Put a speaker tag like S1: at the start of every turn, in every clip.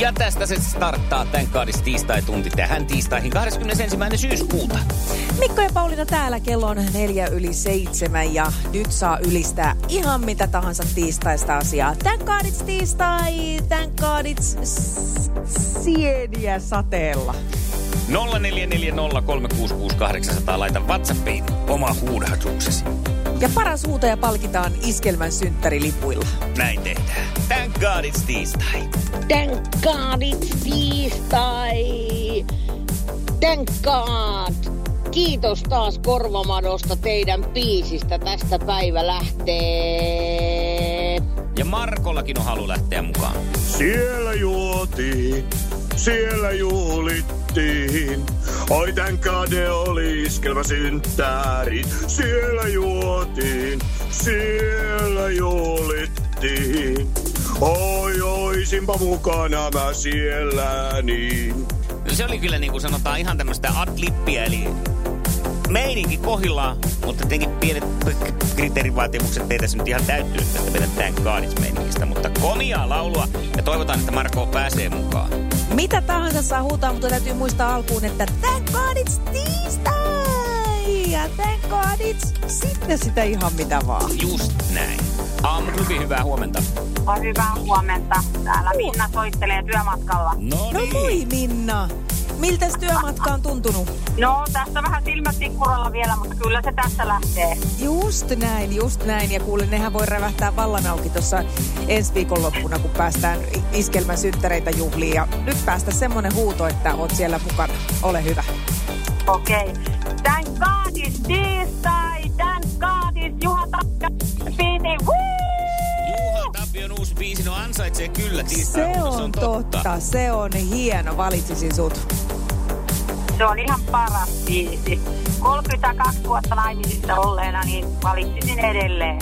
S1: Ja tästä se starttaa tämän kaadis tiistai-tunti tähän tiistaihin 21. syyskuuta.
S2: Mikko ja Pauliina täällä, kello on neljä yli seitsemän ja nyt saa ylistää ihan mitä tahansa tiistaista asiaa. Tän kaadits tiistai, tän kaadits s- sieniä sateella.
S1: 0440366800 laita WhatsAppiin oma huudahduksesi.
S2: Ja paras huutaja palkitaan iskelmän synttärilipuilla.
S1: Näin tehdään. Thank God it's tiistai.
S3: Thank God it's tiistai. Thank God. Kiitos taas Korvamadosta teidän biisistä. Tästä päivä lähtee.
S1: Ja Markollakin on halu lähteä mukaan.
S4: Siellä juotiin, siellä juhlittiin. Oi tän kade oli iskelmä synttärit. Siellä juotiin, siellä juhlittiin. Oi oisinpa mukana mä siellä niin.
S1: No se oli kyllä niin kuin sanotaan ihan tämmöistä adlippia, eli meininki kohillaan, mutta tietenkin pienet p- p- kriteerivaatimukset ei tässä nyt ihan täyttynyt tästä meidän Thank God it's meiningistä, mutta komiaa laulua ja toivotaan, että Marko pääsee mukaan.
S2: Mitä tahansa saa huutaa, mutta täytyy muistaa alkuun, että tän kaadits tiistai ja tän kaadits sitten sitä ihan mitä vaan.
S1: Just näin. Aamuklubi, hyvää huomenta.
S5: Oi, hyvää huomenta. Täällä Minna soittelee työmatkalla.
S2: No
S1: niin,
S2: moi Minna! Miltäs työmatka on tuntunut?
S5: No, tässä vähän silmät tikkuralla vielä, mutta kyllä se tässä lähtee.
S2: Just näin, just näin. Ja kuule, nehän voi rävähtää vallan auki tuossa ensi viikonloppuna, kun päästään i- iskelmän synttäreitä juhliin. Ja nyt päästä semmonen huuto, että oot siellä mukana. Ole hyvä.
S5: Okei. Tän kaadis tiistai, tän kaadis Juha Tapio biisi. Woo!
S1: Juha Tapion uusi biisi, no ansaitsee kyllä tiistai,
S2: Niin, se
S1: mutta
S2: on totta, se on hieno. Valitsisin sut.
S5: Se on ihan paras biisi. 32 vuotta naimisissa olleena, niin valitsisin edelleen.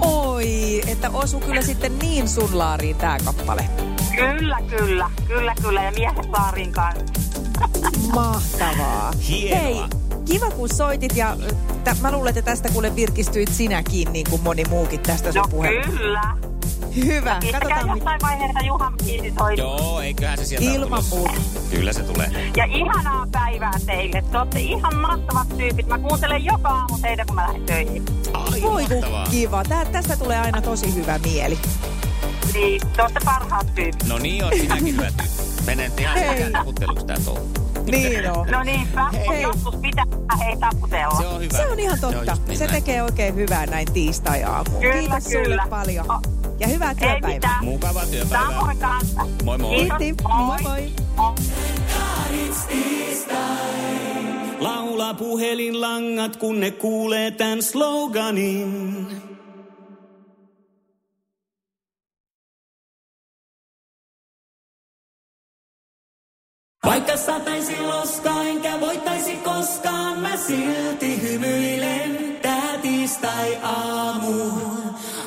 S2: Oi, että osu kyllä sitten niin sun laariin tää kappale.
S5: Kyllä, kyllä, kyllä, kyllä. Ja miehet vaarin kanssa.
S2: Mahtavaa.
S1: Hienoa.
S2: Hei, kiva kun soitit ja ö, t- mä luulen, että tästä kuule virkistyit sinäkin niin kuin moni muukin tästä sun
S5: No
S2: puheesta.
S5: kyllä.
S2: Hyvä,
S5: Pistäkää
S2: katsotaan mitä.
S5: jossain vaiheessa Juhan biisi soittaa.
S1: Joo, eiköhän se sieltä ole
S2: Ilman
S1: tulossa.
S2: muuta.
S1: Kyllä se tulee.
S5: Ja ihanaa päivää teille. Te olette ihan mahtavat tyypit. Mä kuuntelen joka aamu teitä, kun mä lähden töihin.
S1: Ai,
S2: Voi kun
S1: mahtavaa.
S2: kiva. Tää, tästä tulee aina tosi hyvä mieli.
S5: Niin, te olette parhaat tyypit.
S1: No niin, on sinäkin hyvä tyttö. Menen nyt ihan
S2: Hei.
S1: sekä taputteluksi tää touhu.
S2: Niin on.
S5: No niinpä,
S1: Hei.
S5: mutta joskus pitää hei taputella.
S1: Se on hyvä.
S2: Se on ihan totta.
S1: just niin
S2: Se
S1: näin.
S2: tekee oikein hyvää näin tiistai-aamuun.
S5: Kyllä,
S2: Kiitos sulle
S5: kyllä.
S2: paljon.
S5: Oh.
S2: Ja hyvää
S5: Ei
S2: työpäivää.
S5: mitään.
S1: Mukavaa työpäivää.
S5: Samoin kanssa.
S1: Moi moi.
S5: Kiitos.
S2: Kiitti. Moi moi.
S5: moi.
S6: Laula puhelinlangat, kun ne kuulee tämän sloganin. Vaikka sataisi loskaa, enkä voittaisi koskaan, mä silti hymyilen. Tää tiistai-aamu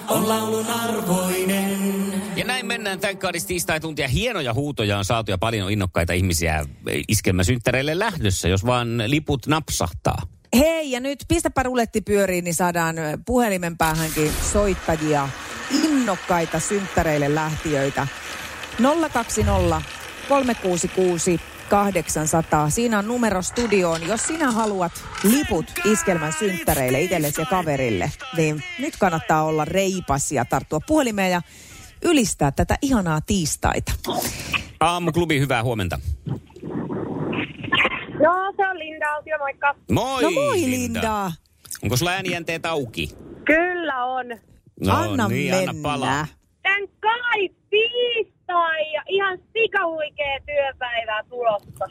S6: on laulun arvoinen.
S1: Ja näin mennään tämän kaadis tiistai tuntia. Hienoja huutoja on saatu ja paljon innokkaita ihmisiä iskelmäsynttäreille lähdössä, jos vaan liput napsahtaa.
S2: Hei, ja nyt pistäpä ruletti pyöriin, niin saadaan ö, puhelimen päähänkin soittajia, innokkaita synttäreille lähtiöitä. 020 366 800. Siinä on numero studioon. Jos sinä haluat liput iskelmän synttäreille itsellesi ja kaverille, niin nyt kannattaa olla reipas ja tarttua puhelimeen ja ylistää tätä ihanaa tiistaita.
S1: Aamuklubi, hyvää huomenta.
S7: Joo, No, se on Linda Altio, moikka.
S1: Moi,
S2: No moi Linda!
S1: Onko sulla äänijänteet auki?
S7: Kyllä on.
S1: No
S2: anna
S1: niin,
S2: mennä.
S1: anna palaa.
S7: Tän kai tiistai ja ihan si sika huikea työpäivää tulossa.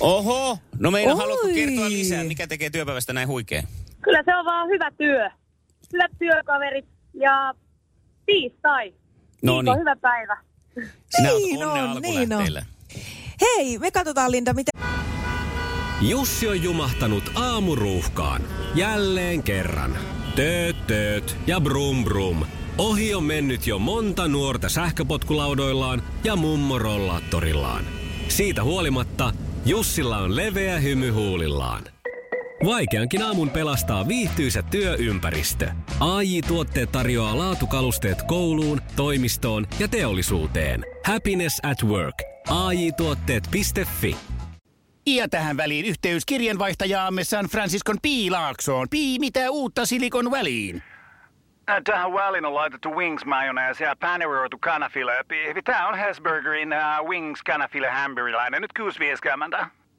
S1: Oho, no meidän
S2: Oi.
S1: haluatko kertoa lisää, mikä tekee työpäivästä näin huikea?
S7: Kyllä se on vaan hyvä työ. Hyvät työkaverit ja tiistai.
S1: No
S7: Viikon
S1: niin,
S7: hyvä päivä.
S1: sinä oot
S2: Niin
S1: onnea
S2: on,
S1: alkulähteillä.
S2: Hei, me katsotaan Linda, mitä
S8: Jussi on jumahtanut aamuruuhkaan. Jälleen kerran. Tööt, tööt ja brum brum. Ohi on mennyt jo monta nuorta sähköpotkulaudoillaan ja mummorollaattorillaan. Siitä huolimatta Jussilla on leveä hymy huulillaan. Vaikeankin aamun pelastaa viihtyisä työympäristö. AI-tuotteet tarjoaa laatukalusteet kouluun, toimistoon ja teollisuuteen. Happiness at work. AJ-tuotteet.fi.
S9: Ja tähän väliin yhteys kirjanvaihtajaamme San Franciscon Piilaaksoon. Pii, mitä uutta Silikon väliin?
S10: Äh, Tähän väliin on laitettu wings mayonnaise ja paneroitu kanafila. Tämä on Hesburgerin uh, wings kanafila hamburilainen. Nyt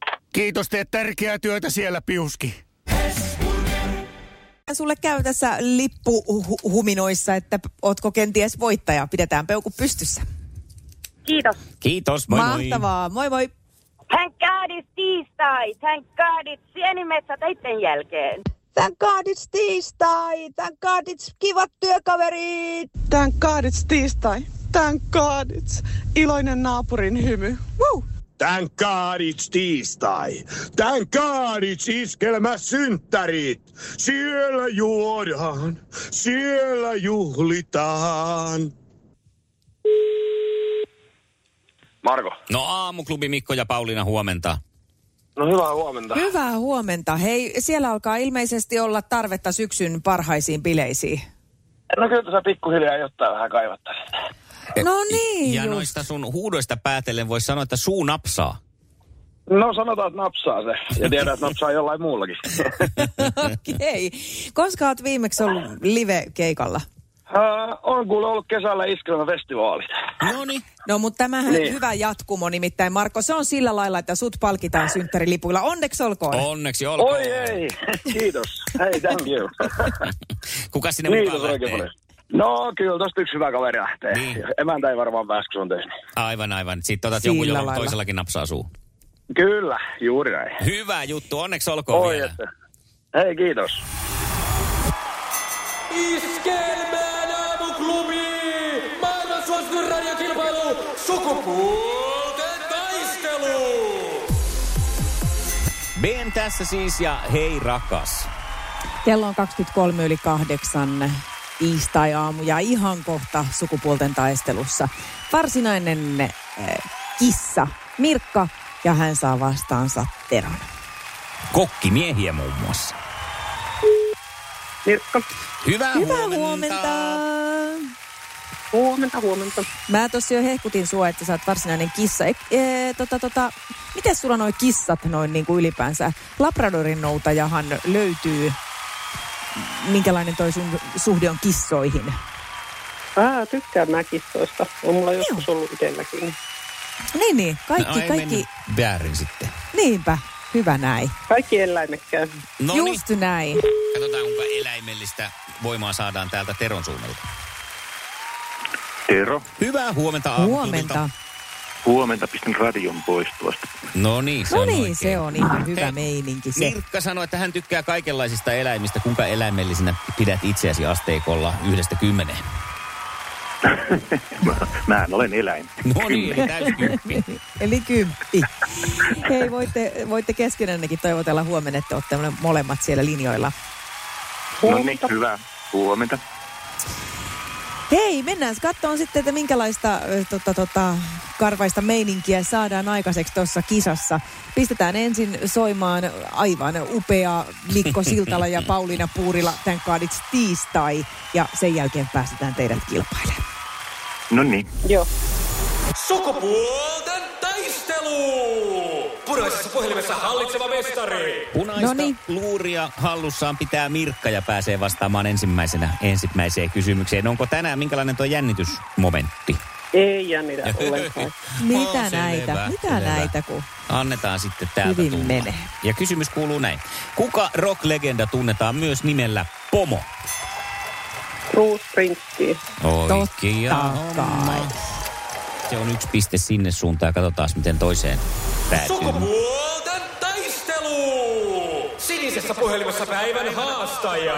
S10: 6.50.
S9: Kiitos, teet tärkeää työtä siellä, Piuski.
S2: sulle käy tässä lippuhuminoissa, että ootko kenties voittaja. Pidetään peukku pystyssä.
S7: Kiitos.
S1: Kiitos, moi moi.
S2: Mahtavaa, moi moi.
S7: Thank God it's tiistai. Thank God it's sienimetsä teitten jälkeen.
S11: Tän kaadits tiistai! Tän kaadits kivat työkaverit!
S12: Tän kaadits tiistai. Tän kaadits. Iloinen naapurin hymy. Woo!
S4: Tän kaadits tiistai. Tän kaadits iskelmä synttärit. Siellä juodaan, siellä juhlitaan.
S10: Marko.
S1: No aamuklubi Mikko ja Pauliina huomenta.
S10: No hyvää huomenta.
S2: Hyvää huomenta. Hei, siellä alkaa ilmeisesti olla tarvetta syksyn parhaisiin bileisiin.
S10: No kyllä tässä pikkuhiljaa jotain vähän kaivattaisiin.
S2: No niin,
S1: Eh, Ja
S2: just.
S1: noista sun huudoista päätellen voisi sanoa, että suu napsaa.
S10: No sanotaan, että napsaa se. Ja tiedän, että napsaa jollain muullakin.
S2: Okei. Koska oot viimeksi ollut live-keikalla?
S10: Äh, on kuule ollut kesällä iskelmäfestivaalit.
S1: No niin.
S2: No, mutta tämähän niin.
S10: Niin.
S2: hyvä jatkumo nimittäin, Marko. Se on sillä lailla, että sut palkitaan synttärilipuilla. Onneksi olkoon.
S1: Onneksi olkoon.
S10: Oi ei, kiitos. Hei, thank you.
S1: Kuka sinne
S10: Kiitos
S1: mukaan
S10: Niin, oikein
S1: lähtee?
S10: paljon. No kyllä, tosta yksi hyvä kaveri lähtee.
S1: Niin.
S10: Emäntä ei varmaan pääse, kun se on tehnyt.
S1: Aivan, aivan. Sitten otat
S2: Sillä
S1: jonkun, jolla
S2: lailla.
S1: toisellakin napsaa suu.
S10: Kyllä, juuri näin.
S1: Hyvä juttu, onneksi olkoon vielä.
S10: että. Hei, kiitos.
S6: Iskelmään aamuklubi! Maailman suosituin radiokilpailu! Sukupuolten taistelu!
S1: Ben tässä siis ja hei rakas.
S2: Kello on 23 yli kahdeksan tiistai-aamu ja ihan kohta sukupuolten taistelussa. Varsinainen eh, kissa Mirkka ja hän saa vastaansa Teron.
S1: Kokkimiehiä muun muassa.
S12: Mirkka.
S1: Hyvää,
S2: Hyvää
S1: huomenta.
S2: huomenta!
S12: Huomenta, huomenta.
S2: Mä tossa jo hehkutin sua, että sä oot varsinainen kissa. E, e, tota, tota, miten sulla noi kissat noin niin kuin ylipäänsä? Labradorin noutajahan löytyy. Minkälainen toi sun suhde on kissoihin?
S12: Ää, tykkään mä kissoista. On mulla joskus ollut itselläkin.
S2: Niin, niin.
S1: No,
S2: Kaikki,
S1: ei
S2: kaikki.
S1: mennyt Väärin sitten.
S2: Niinpä. Hyvä näin.
S12: Kaikki eläimet käy.
S1: No niin,
S2: Just näin.
S1: katsotaan kuinka eläimellistä voimaa saadaan täältä Teron suunnalta.
S4: Tero,
S1: Hyvää huomenta
S2: Huomenta. No
S4: huomenta pistän radion pois tuosta.
S1: No niin, se
S2: No
S1: on
S2: niin,
S1: oikein.
S2: se on ihan hyvä
S1: Hei, Niin.
S2: meininki se.
S1: Mirkka sanoi, että hän tykkää kaikenlaisista eläimistä. Kuinka eläimellisenä pidät itseäsi asteikolla yhdestä kymmeneen?
S4: Mä en olen eläin.
S1: No niin, täyskymppi.
S2: Eli kymppi. Hei, voitte, voitte keskenännekin toivotella huomenna, että olette molemmat siellä linjoilla.
S4: No niin, hyvää huomenta.
S2: Hei, mennään katsomaan sitten, että minkälaista ö, tota, tota, karvaista meininkiä saadaan aikaiseksi tuossa kisassa. Pistetään ensin soimaan aivan upea Mikko Siltala ja Pauliina Puurila tämän kaadits tiistai. Ja sen jälkeen päästetään teidät kilpailemaan.
S4: No niin.
S12: Joo.
S6: Sukupuolten taistelu! Punaisessa puhelimessa hallitseva mestari!
S1: Punaista
S2: Noniin.
S1: luuria hallussaan pitää Mirkka ja pääsee vastaamaan ensimmäisenä ensimmäiseen kysymykseen. Onko tänään minkälainen tuo jännitysmomentti?
S12: Ei jännitä ollenkaan.
S2: Mitä
S1: On se
S2: näitä?
S1: levä,
S2: Mitä
S1: levä.
S2: näitä, kun
S1: Annetaan sitten täältä
S2: Hyvin
S1: tulla.
S2: menee.
S1: Ja kysymys kuuluu näin. Kuka rock-legenda tunnetaan myös nimellä Pomo?
S12: Bruce Springsteen.
S1: Oikea
S2: Totta kai.
S1: homma. Se on yksi piste sinne suuntaan. Katsotaan miten toiseen päätyy.
S6: Sukupuolten taistelu! Sinisessä puhelimessa päivän haastaja.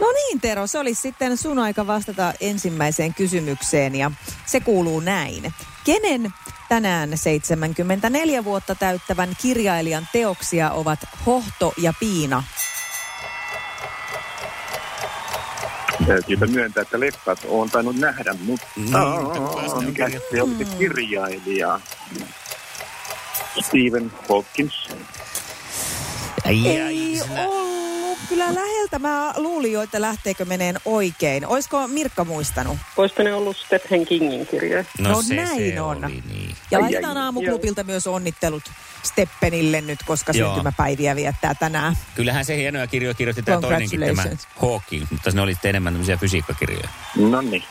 S2: No niin Tero, se olisi sitten sun aika vastata ensimmäiseen kysymykseen ja se kuuluu näin. Kenen tänään 74 vuotta täyttävän kirjailijan teoksia ovat Hohto ja Piina?
S4: Täytyypä myöntää, että leffat on tainnut nähdä, mutta mm, mikä se on se kirjailija? Stephen Hawkins.
S2: Ei ollut kyllä läheltä. Mä luulin jo, että lähteekö meneen oikein. Oisko Mirkka muistanut?
S13: Olisiko ne ollut Stephen Kingin kirjoja?
S2: No No se näin se on. oli,
S1: niin.
S2: Ja laitetaan aamuklubilta myös onnittelut Steppenille nyt, koska
S1: Joo.
S2: syntymäpäiviä viettää tänään.
S1: Kyllähän se hienoja kirjoja kirjoitti tämä toinenkin tämä
S2: Congratulations.
S1: Hawking, mutta ne oli sitten enemmän tämmöisiä fysiikkakirjoja.
S4: No niin.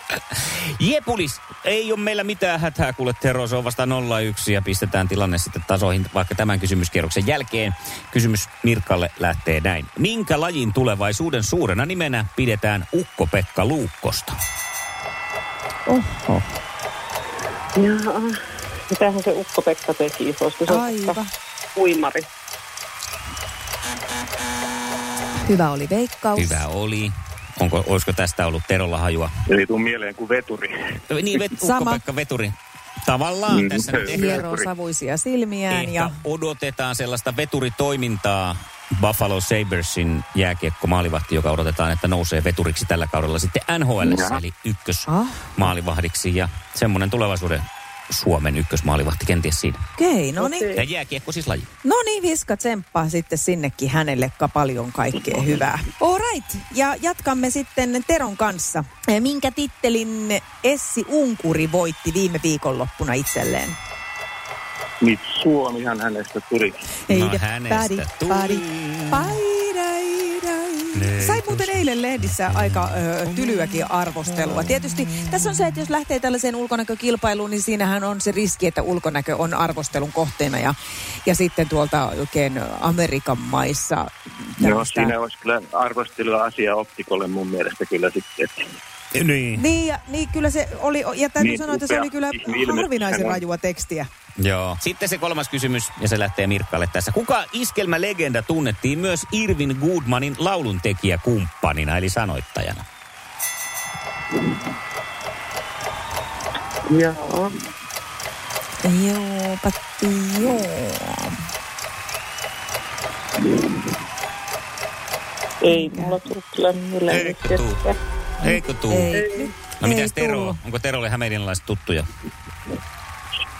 S1: Jepulis, ei ole meillä mitään hätää, kuule Tero, se on vasta 0-1 ja pistetään tilanne sitten tasoihin vaikka tämän kysymyskierroksen jälkeen. Kysymys Mirkalle lähtee näin. Minkä lajin tulevaisuuden suurena nimenä pidetään Ukko-Pekka Luukkosta?
S2: Oho.
S13: Jaa. Mitähän se Ukko-Pekka teki? Olisiko se
S2: Aivan.
S13: uimari?
S2: Hyvä oli veikkaus.
S1: Hyvä oli. Onko, olisiko tästä ollut Terolla hajua?
S4: Ei tuu mieleen kuin veturi.
S1: Niin, vet,
S2: Sama.
S1: Ukko-Pekka Veturi. Tavallaan
S4: Mm,
S1: tässä nyt ehkä-
S2: Hieroo savuisia silmiään
S1: Ehkä
S2: ja
S1: odotetaan sellaista veturitoimintaa Buffalo Sabersin jääkiekko maalivahti, joka odotetaan, että nousee veturiksi tällä kaudella sitten NHL,
S4: Jaha.
S1: eli ykkös
S2: Ah.
S1: maalivahdiksi ja semmoinen tulevaisuuden Suomen ykkösmaalivahti kenties siinä.
S2: okei, no niin.
S1: Ja jääkiekko siis laji.
S2: No niin, Viska tsemppaa sitten sinnekin hänelle ka- paljon kaikkea hyvää. All right, ja jatkamme sitten Teron kanssa. Eh, Minkä tittelin Essi Unkuri voitti viime viikonloppuna itselleen?
S4: Niin Suomihan hänestä tuli.
S1: No
S2: de-
S1: hänestä
S2: padi,
S1: tuli.
S2: padi, pai, dai, dai.
S1: Ne-
S2: Sai muuten eilen lehdissä aika ö, tylyäkin arvostelua. Tietysti tässä on se, että jos lähtee tällaiseen ulkonäkökilpailuun, niin siinähän on se riski, että ulkonäkö on arvostelun kohteena. Ja, ja sitten tuolta oikein Amerikan maissa
S4: Joo,
S2: tämmöistä-
S4: siinä olisi kyllä arvostelua asiaa optikolle mun mielestä kyllä sitten. että-
S1: Niin.
S2: Niin, ja, niin kyllä se oli, ja täytyy
S4: Niin
S2: sanoa, että se
S4: upea
S2: oli kyllä
S4: ihminen ilme.
S2: harvinaisen
S4: Hän on-
S2: rajua tekstiä.
S1: Joo. Sitten se kolmas kysymys, ja se lähtee Mirkkalle tässä. Kuka iskelmälegenda tunnettiin myös Irvin Goodmanin lauluntekijä kumppanina, eli sanoittajana?
S13: Joo.
S2: Joo, patti, joo.
S13: Ei, mulla tullut kyllä mieleen nyt
S1: Eikö tuu?
S13: ketkä.
S1: Eikö tuu?
S2: Ei.
S1: No
S2: Ei
S1: mitäs Tero?
S2: tullut.
S1: Onko Terolle hämeenilaiset tuttuja?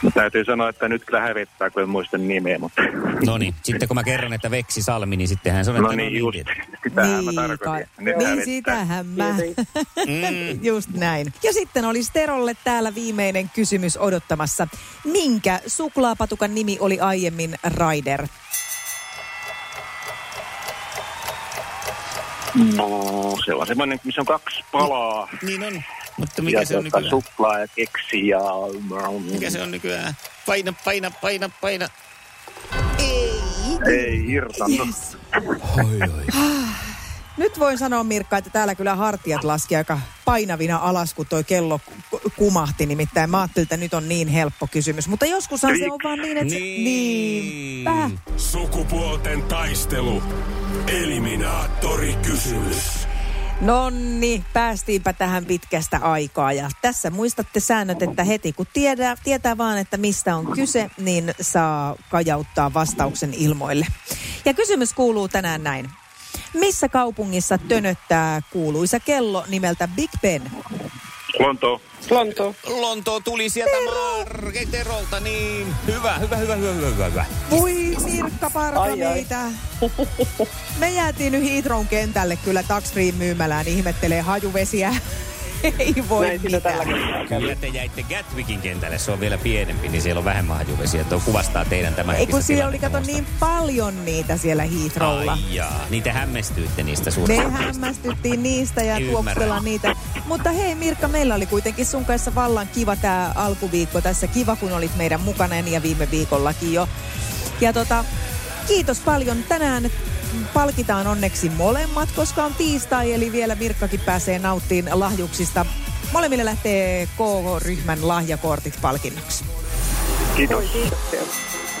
S4: No, täytyy sanoa, että nyt kyllä hävettää, kun en muista nimeä, mutta...
S1: No niin, sitten kun mä kerron, että Veksi Salmi, niin sittenhän se on, että
S4: No niin, just.
S1: niin.
S4: Sitähän mä
S2: niin,
S4: tarkoitin.
S2: kai-
S4: Nyt
S2: niin
S4: hävettää.
S2: sitähän mä.
S1: Mm.
S2: Just näin. Ja sitten oli Terolle täällä viimeinen kysymys odottamassa. Minkä suklaapatukan nimi oli aiemmin Raider?
S1: Mm.
S4: No, se on semmoinen, missä on kaksi palaa.
S1: niin on, mutta mikä
S4: ja
S1: se on
S4: tota,
S1: nykyään?
S4: Suklaa ja keksi ja...
S1: Mikä se on nykyään? Paina, paina, paina, paina.
S4: Ei irtannut.
S2: Nyt voin sanoa Mirkka, että täällä kyllä hartiat laski aika painavina alas, kun toi kello ku- kumahti. Nimittäin mä ajattelin, että nyt on niin helppo kysymys. Mutta joskushan se on vaan niin, että... se-
S1: Niin.
S2: Niin. Niinpä.
S6: Sukupuolten taistelu. Eliminaattori kysymys.
S2: Nonni, päästiinpä tähän pitkästä aikaa ja tässä muistatte säännöt, että heti kun tiedä, tietää vaan, että mistä on kyse, niin saa kajauttaa vastauksen ilmoille. Ja kysymys kuuluu tänään näin. Missä kaupungissa tönöttää kuuluisa kello nimeltä Big Ben?
S4: Lonto.
S13: Lonto.
S1: Lonto tuli sieltä Marke Terolta, niin. Hyvä, hyvä, hyvä, hyvä, hyvä, hyvä, hyvä.
S2: Voi Mirkka Parka
S13: Ai, ai.
S2: meitä. Me jäätiin nyt Heathrown kentälle kyllä taksriin myymälään ihmettelee hajuvesiä. Ei voi
S13: Näin siinä
S2: mitään.
S13: tällä kertaa kävi.
S1: Kyllä te jäitte Gatwickin kentälle, se on vielä pienempi, niin siellä on vähemmän hajuvesiä. Tuo kuvastaa teidän tämän
S2: Ei kun siellä oli, kato, niin paljon niitä siellä Heathrowlla.
S1: Ai jaa, niin te hämmästyitte niistä
S2: Me
S1: suuresti.
S2: hämmästyttiin niistä ja
S1: Ymmärrän.
S2: tuoksutellaan niitä. Mutta hei Mirkka, meillä oli kuitenkin sun kanssa vallan kiva tämä alkuviikko tässä. Kiva, kun olit meidän mukana ja viime viikollakin jo. Ja tota, kiitos paljon. Tänään palkitaan onneksi molemmat, koska on tiistai, eli vielä Mirkkakin pääsee nauttiin lahjuksista Molemmille lähtee KK-ryhmän lahjakortit palkinnoksi.
S4: Kiitos.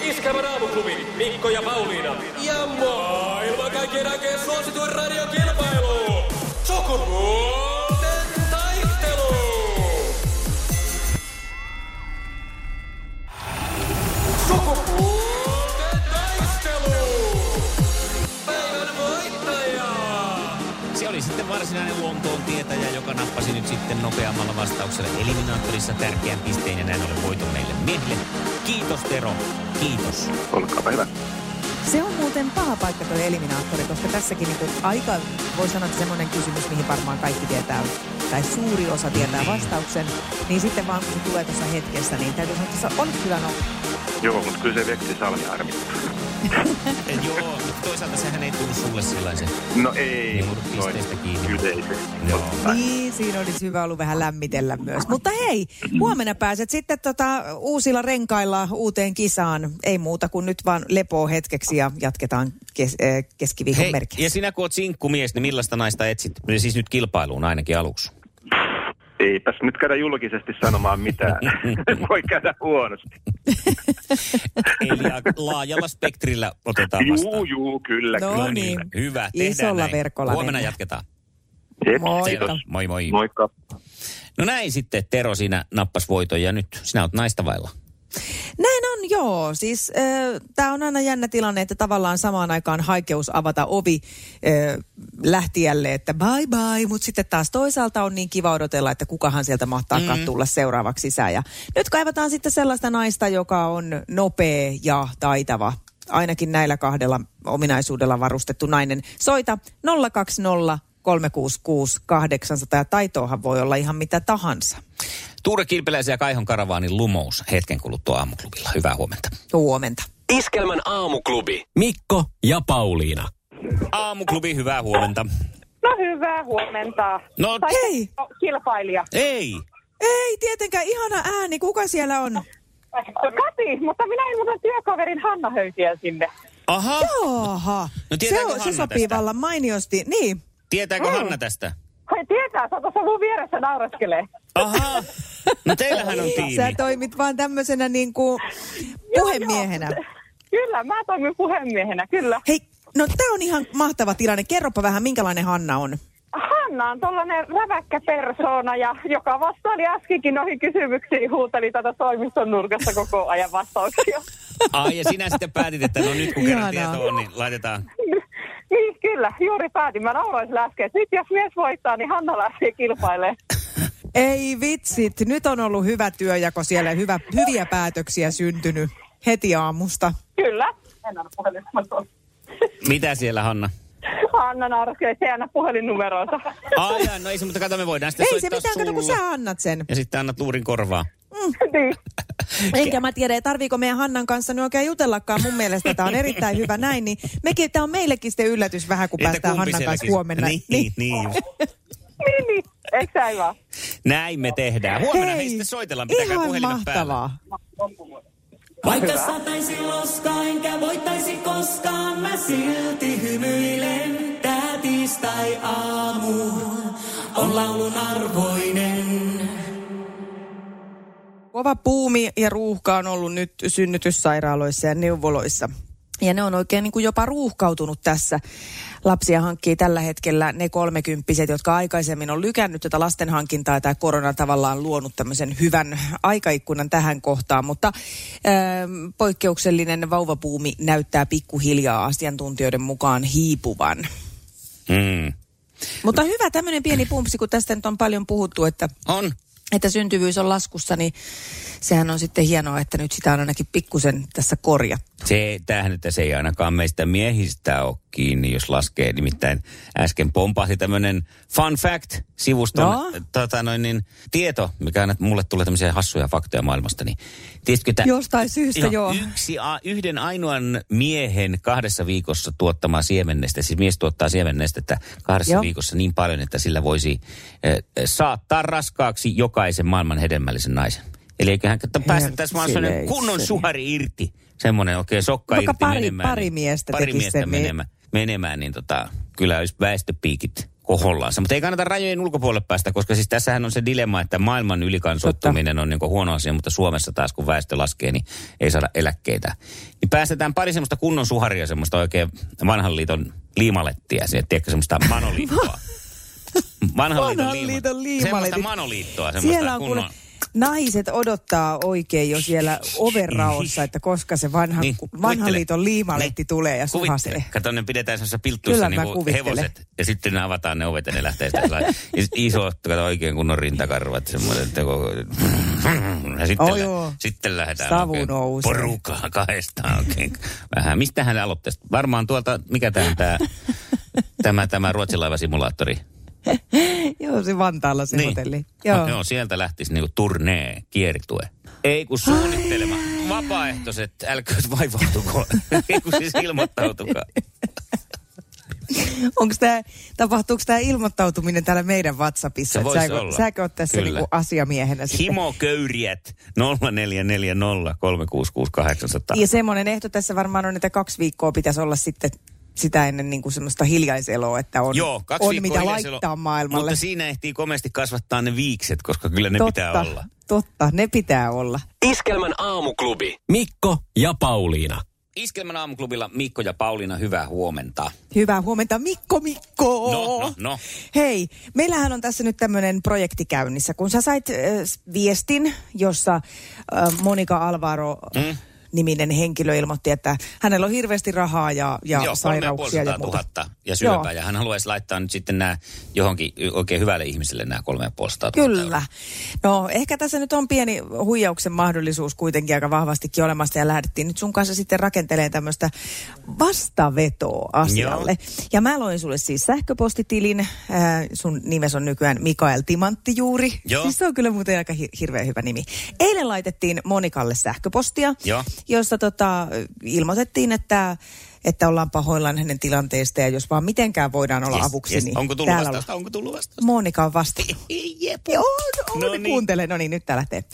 S6: Iskävä raamuklubi, Mikko ja Pauliina. Ja maailman kaikkien aikeen suosituen radiokilpailu. Sukupuolten taistelu. Sukupuolten taistelu. Päivän voittaja.
S1: Se oli sitten varsinainen Lontoon tietäjä, joka nappasi nyt sitten nopeammalla vastauksella eliminaattorissa tärkeän pisteen ja näin ollen voiton meille miehille. Kiitos Tero, kiitos.
S4: Olkaapa hyvä.
S2: Se on muuten paha paikka tuo eliminaattori, koska tässäkin niinku aika, voi sanoa, että semmoinen kysymys, mihin varmaan kaikki tietää, tai suuri osa tietää vastauksen, niin sitten vaan kun se tulee tuossa hetkessä, niin täytyy sanoa, että se on kyllä no.
S4: Joo, mutta kyllä se veksi salmi harmittaa.
S1: Joo, mutta toisaalta sehän ei tunnu sulle sellaisen.
S4: No ei,
S1: Joudut pisteestä kiinni.
S4: yleisesti.
S1: Joo.
S2: Niin, siinä olisi hyvä ollut vähän lämmitellä myös. Mutta hei, huomenna pääset sitten tota uusilla renkailla uuteen kisaan. Ei muuta kuin nyt vaan lepoo hetkeksi ja jatketaan kes- eh, keskiviikon
S1: Hei,
S2: merkeissä.
S1: ja sinä kun oot sinkkumies, niin millaista naista etsit? Siis nyt kilpailuun ainakin aluksi.
S4: Eipäs nyt käydä julkisesti sanomaan mitään. Voi käydä huonosti.
S1: Eli a- laajalla spektrillä otetaan vastaan.
S4: Juu, juu, kyllä,
S2: No
S4: kyllä.
S2: niin.
S1: Hyvä, tehdään
S2: Isolla
S1: näin.
S2: verkolla
S1: Huomenna
S2: mennään.
S1: jatketaan.
S4: Jep,
S2: Moikka.
S4: kiitos.
S1: Moi moi.
S4: Moikka.
S1: No näin sitten Tero siinä nappas voiton ja nyt sinä oot naista vailla.
S2: Näin on, joo. Siis äh, tämä on aina jännä tilanne, että tavallaan samaan aikaan haikeus avata ovi äh, lähtijälle, että bye bye, mutta sitten taas toisaalta on niin kiva odotella, että kukahan sieltä mahtaa mm. tulla seuraavaksi sisään. Ja nyt kaivataan sitten sellaista naista, joka on nopea ja taitava. Ainakin näillä kahdella ominaisuudella varustettu nainen. Soita 020 366 800 ja taitoahan voi olla ihan mitä tahansa.
S1: Tuure Kilpeläisen ja Kaihon Karavaanin lumous hetken kuluttua aamuklubilla. Hyvää huomenta.
S2: Huomenta.
S8: Iskelmän aamuklubi. Mikko ja Pauliina.
S1: Aamuklubi, hyvää huomenta.
S7: No hyvää huomenta.
S1: No
S7: Tai
S2: Hei!
S7: no, kilpailija.
S1: ei,
S2: Ei tietenkään, ihana ääni. Kuka siellä on?
S7: Kati, mutta minä ilmoitan työkaverin Hanna Höysiä sinne.
S1: aha,
S2: Jaaha.
S1: No
S2: se,
S1: tietääkö
S2: on, se
S1: Hanna
S2: sopii
S1: tästä?
S2: vallan mainiosti. Niin.
S1: tietääkö Hanna tästä?
S7: Hei, tietää, sä tuossa mun vieressä naureskelee.
S1: Aha, no teillähän on
S2: Sä
S1: tiimi.
S2: toimit vaan tämmöisenä niin kuin puhemiehenä.
S7: Kyllä, mä toimin puhemiehenä, kyllä.
S2: Hei, no tää on ihan mahtava tilanne. Kerropa vähän, minkälainen Hanna on.
S7: Hanna on tollanen räväkkä persoona, ja joka vastaili äskenkin noihin kysymyksiin, huuteli tätä toimiston nurkassa koko ajan vastauksia.
S1: Ai ja sinä sitten päätit, että no nyt kun kerran
S2: Ihanaa.
S1: tieto on, niin laitetaan.
S7: niin, kyllä, juuri päätin. Mä nauroin sillä äsken, että nyt jos mies voittaa, niin Hanna lähtee kilpailemaan.
S2: Ei vitsit, nyt on ollut hyvä työjako siellä. Hyvä, hyviä päätöksiä syntynyt heti aamusta.
S7: Kyllä. En anna puhelinnumeroa.
S1: Mitä siellä Hanna?
S7: Anna nauraskelee, se ei anna puhelinnumeroonsa.
S1: Ai, ai, no ei se, mutta kato, me voidaan sitten
S2: Ei se
S1: soittaa
S2: mitään, kato kun
S1: sulla.
S2: sä annat sen.
S1: Ja sitten annat luurin korvaa.
S7: niin.
S2: Enkä mä tiedä, ei tarviiko meidän Hannan kanssa nyt oikein jutellakaan. Mun mielestä tämä on erittäin hyvä näin. Niin mekin, tämä on meillekin sitten yllätys vähän, kun
S1: Että
S2: päästään
S1: kumpi
S2: Hannan kanssa
S1: sielläkin-
S2: huomenna.
S1: Niin, niin, niin. just.
S7: niin, niin. Eikö sä hyvä?
S1: Näin me tehdään. Huomenna
S2: Hei,
S1: hei, sitten soitellaan, pitäkää
S2: ihan
S1: puhelimet päällä.
S2: mahtavaa.
S14: Vaikka sataisi loskaa, enkä voittaisi koskaan, mä silti hymyilen. Tää tiistai-aamu on laulun arvoinen.
S2: Kova puumi ja ruuhka on ollut nyt synnytyssairaaloissa ja neuvoloissa. Ja ne on oikein niin kuin jopa ruuhkautunut tässä. Lapsia hankkii tällä hetkellä ne kolmekymppiset, jotka aikaisemmin on lykännyt tätä lasten hankintaa. ja Tämä korona tavallaan luonut tämmöisen hyvän aikaikkunan tähän kohtaan. Mutta ähm, poikkeuksellinen vauvapuumi näyttää pikkuhiljaa asiantuntijoiden mukaan hiipuvan.
S1: Mm.
S2: Mutta hyvä tämmöinen pieni pumpsi, kun tästä nyt on paljon puhuttu, että
S1: On.
S2: että syntyvyys on laskussa, niin sehän on sitten hienoa, että nyt sitä on ainakin pikkusen tässä korjattu.
S1: Se, tämähän nyt tässä ei ainakaan meistä miehistä ole kiinni, jos laskee. Nimittäin äsken pompahti tämmöinen fun fact-sivuston
S2: No.
S1: tota noin, niin, tieto, mikä aina mulle tulee tämmöisiä hassuja faktoja maailmasta. Niin, tiesitkö, että
S2: Jostain syystä, joo.
S1: Yksi, a- yhden ainoan miehen kahdessa viikossa tuottamaa siemennestä, siis mies tuottaa siemennestettä kahdessa
S2: Joo.
S1: viikossa niin paljon, että sillä voisi eh, saattaa raskaaksi jokaisen maailman hedelmällisen naisen. Eli eiköhän että päästettäisiin vaan sellainen
S2: Hertsileitseni.
S1: kunnon suhari irti. Semmoinen oikein okay, sokka
S2: Vaikka
S1: irti
S2: pari-
S1: menemään. niin
S2: pari miestä
S1: pari
S2: tekisi
S1: miestä
S2: sen, niin-
S1: menemään, menemään, niin tota, kyllä olisi väestöpiikit kohollaansa. Mutta ei kannata rajojen ulkopuolelle päästä, koska siis tässähän on se dilemma, että maailman ylikansottuminen on niin huono asia, mutta Suomessa taas kun väestö laskee, niin ei saada eläkkeitä. Niin päästetään pari semmoista kunnon suharia, semmoista oikein vanhan liiton liimalettia, sinne, tiedätkö, semmoista manoliittoa. Vanhan liiton,
S2: Vanhan
S1: liima.
S2: liiton liimaletit.
S1: Semmoista manoliittoa, semmoista
S2: Siellä on kun
S1: kunnon.
S2: naiset odottaa oikein jo siellä overraossa, että koska se vanha,
S1: Niin,
S2: niin, vanhan
S1: kuvittele. Niin,
S2: liiton liimaletti tulee ja
S1: Kuvittele.
S2: suhastelee.
S1: Kato, ne pidetään semmoisessa
S2: Kyllä
S1: pilttuissa
S2: mä
S1: niin kuin
S2: kuvittelen.
S1: hevoset. Ja sitten ne avataan ne ovet ja ne lähtee sitä sellainen is- iso, kato oikein kunnon rintakarvat. Semmoinen, että koko... Ja sitten,
S2: Oh,
S1: lä-
S2: joo.
S1: sitten lähdetään
S2: Savu
S1: oikein
S2: nousee.
S1: porukaa kahdestaan oikein. Vähän. Mistähän ne aloittaisi? Varmaan tuolta, mikä tämä on tämä, tämä, tämä Ruotsin laivasimulaattori.
S2: Joo, se Vantaalla se niin. hotelli. Joo.
S1: Joo, sieltä lähtisi niinku turnee, kiertue. Ei kun suunnittelema. Vapaaehtoiset, älkööt vaivautuko. Ei kun siis ilmoittautukaa.
S2: Onko tämä, tapahtuuko tämä ilmoittautuminen täällä meidän WhatsAppissa?
S1: Se
S2: Et
S1: voisi
S2: säkö,
S1: olla.
S2: säkö oot tässä
S1: Kyllä.
S2: niinku asiamiehenä sitten?
S1: Himoköyriät 0440 366 800.
S2: Ja semmoinen ehto tässä varmaan on, että kaksi viikkoa pitäisi olla sitten sitä ennen niin kuin semmoista hiljaiseloa, että on,
S1: Joo, kaksi
S2: on
S1: viikkoa
S2: mitä
S1: hiljaiseloa,
S2: laittaa maailmalle.
S1: Mutta siinä ehtii komeasti kasvattaa ne viikset, koska kyllä ne
S2: totta,
S1: pitää olla.
S2: Totta, ne pitää olla.
S1: Iskelmän aamuklubi.
S8: Mikko ja Pauliina.
S1: Iskelmän aamuklubilla Mikko ja Pauliina, hyvää huomenta.
S2: Hyvää huomenta Mikko Mikko!
S1: No, no, no.
S2: Hei, meillähän on tässä nyt tämmöinen projekti käynnissä. Kun sä sait äh, s- viestin, jossa äh, Monika Alvaro... Mm. niminen henkilö ilmoitti, että hänellä on hirveästi rahaa ja, ja
S1: Joo,
S2: sairauksia ja
S1: 3500
S2: muuta.
S1: 000 ja syöpää.
S2: Joo.
S1: Ja hän haluaisi laittaa nyt sitten nämä johonkin y- oikein hyvälle ihmiselle nämä 3500 000
S2: Kyllä. No ehkä tässä nyt on pieni huijauksen mahdollisuus kuitenkin aika vahvastikin olemassa ja lähdettiin nyt sun kanssa sitten rakentelemaan tämmöistä vastavetoa asialle. Ja mä loin sulle siis sähköpostitilin. Äh, sun nimes on nykyään Mikael Timanttijuuri.
S14: Joo.
S2: Siis se on kyllä muuten aika hir- hirveän hyvä nimi. Eilen laitettiin Monikalle sähköpostia,
S14: Joo.
S2: jossa tota, ilmoitettiin, että että ollaan pahoillaan hänen tilanteesta ja jos vaan mitenkään voidaan olla
S1: Jes,
S2: avuksi,
S1: jes.
S2: niin
S1: Onko tullut
S2: täällä
S1: vastausta?
S2: ollaan.
S1: Onko tullut vastausta?
S2: Monika on vastannut.
S1: Jep.
S2: Joo, no, no niin. kuuntele. No niin, nyt tää lähtee.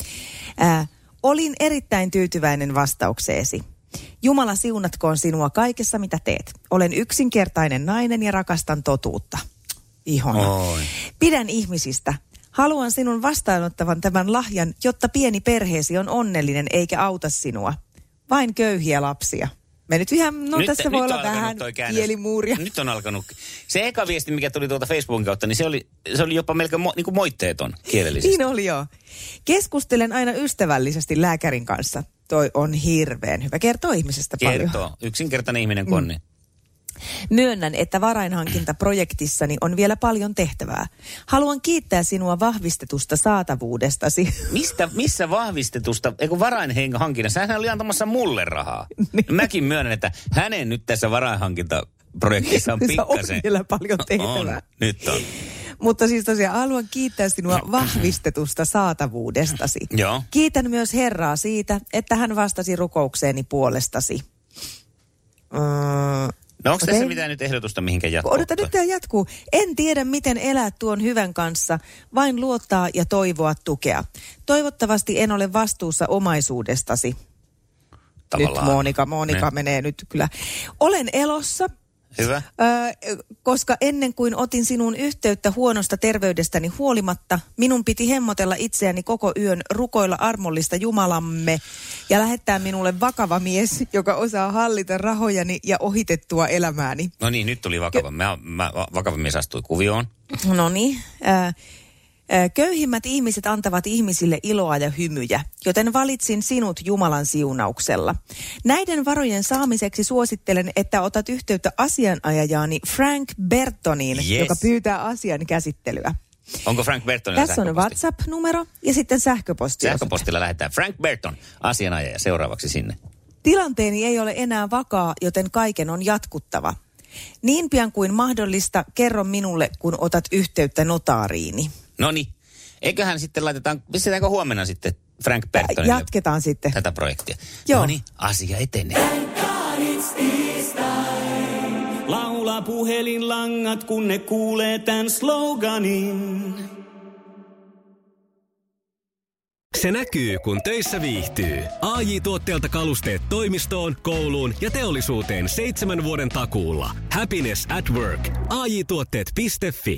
S2: Ää, olin erittäin tyytyväinen vastaukseesi. Jumala siunatkoon sinua kaikessa, mitä teet. Olen yksinkertainen nainen ja rakastan totuutta. Ihona.
S14: Oi.
S2: Pidän ihmisistä. Haluan sinun vastaanottavan tämän lahjan, jotta pieni perheesi on onnellinen eikä auta sinua. Vain köyhiä lapsia. Me nyt ihan, no nyt, tässä voi
S1: on
S2: olla
S1: alkanut
S2: vähän
S1: toi käännös.
S2: kielimuuria.
S1: Nyt on alkanut. Se eka viesti, mikä tuli tuolta Facebookin kautta, niin se oli, se oli jopa melkein mo, niin kuin moitteeton kielellisesti.
S2: Niin oli joo. Keskustelen aina ystävällisesti lääkärin kanssa. Toi on hirveän hyvä. Kertoo ihmisestä paljon. Mm.
S1: Kertoo. Yksinkertainen ihminen konni.
S2: Myönnän, että varainhankintaprojektissani on vielä paljon tehtävää. Haluan kiittää sinua vahvistetusta saatavuudestasi.
S1: Mistä, missä vahvistetusta, eikö varainhankinnassa, hän oli antamassa mulle rahaa.
S2: Niin.
S1: Mäkin myönnän, että hänen nyt tässä varainhankintaprojektissa on
S2: Se on
S1: pikkasen.
S2: vielä paljon
S1: On,
S2: tehtävää.
S1: nyt on.
S2: Mutta siis tosiaan haluan kiittää sinua vahvistetusta saatavuudestasi.
S1: Joo.
S2: Kiitän myös Herraa siitä, että hän vastasi rukoukseeni puolestasi. Mm,
S1: No onko
S2: okei.
S1: tässä mitään nyt ehdotusta mihinkä jatkoon?
S2: Odota, nyt tämä jatkuu. En tiedä, miten elää tuon hyvän kanssa, vain luottaa ja toivoa tukea. Toivottavasti en ole vastuussa omaisuudestasi.
S1: Tavallaan.
S2: Nyt Monika, Monika
S1: Ne.
S2: menee nyt kyllä. Olen elossa,
S1: Hyvä.
S2: Öö, koska ennen kuin otin sinun yhteyttä huonosta terveydestäni huolimatta, minun piti hemmotella itseäni koko yön rukoilla armollista Jumalamme ja lähettää minulle vakava mies, joka osaa hallita rahojani ja ohitettua elämääni.
S1: No niin, nyt tuli vakava. Mä, mä, vakava mies astui kuvioon.
S2: No niin. Äh, äh, Köyhimmät ihmiset antavat ihmisille iloa ja hymyjä, joten valitsin sinut Jumalan siunauksella. Näiden varojen saamiseksi suosittelen, että otat yhteyttä asianajajaani Frank Bertoniin,
S1: Yes.
S2: joka pyytää asian käsittelyä.
S1: Onko Frank Bertonilla
S2: Tässä on
S1: sähköposti?
S2: WhatsApp-numero ja sitten sähköposti.
S1: Sähköpostilla lähetään Frank Berton, asianajaja, seuraavaksi sinne.
S2: Tilanteeni ei ole enää vakaa, joten kaiken on jatkuttava. Niin pian kuin mahdollista, kerro minulle, kun otat yhteyttä notaariini.
S1: No niin, eiköhän sitten laitetaan, pistetäänkö huomenna sitten Frank Bertonille
S2: Jatketaan sitten.
S1: tätä projektia.
S2: Joo.
S1: No niin, asia etenee.
S14: Kaarits tiistai. Laula puhelinlangat, kun ne kuulee tämän sloganin.
S8: Se näkyy, kun töissä viihtyy. ai tuotteelta kalusteet toimistoon, kouluun ja teollisuuteen seitsemän vuoden takuulla. Happiness at work. AJ-tuotteet.fi.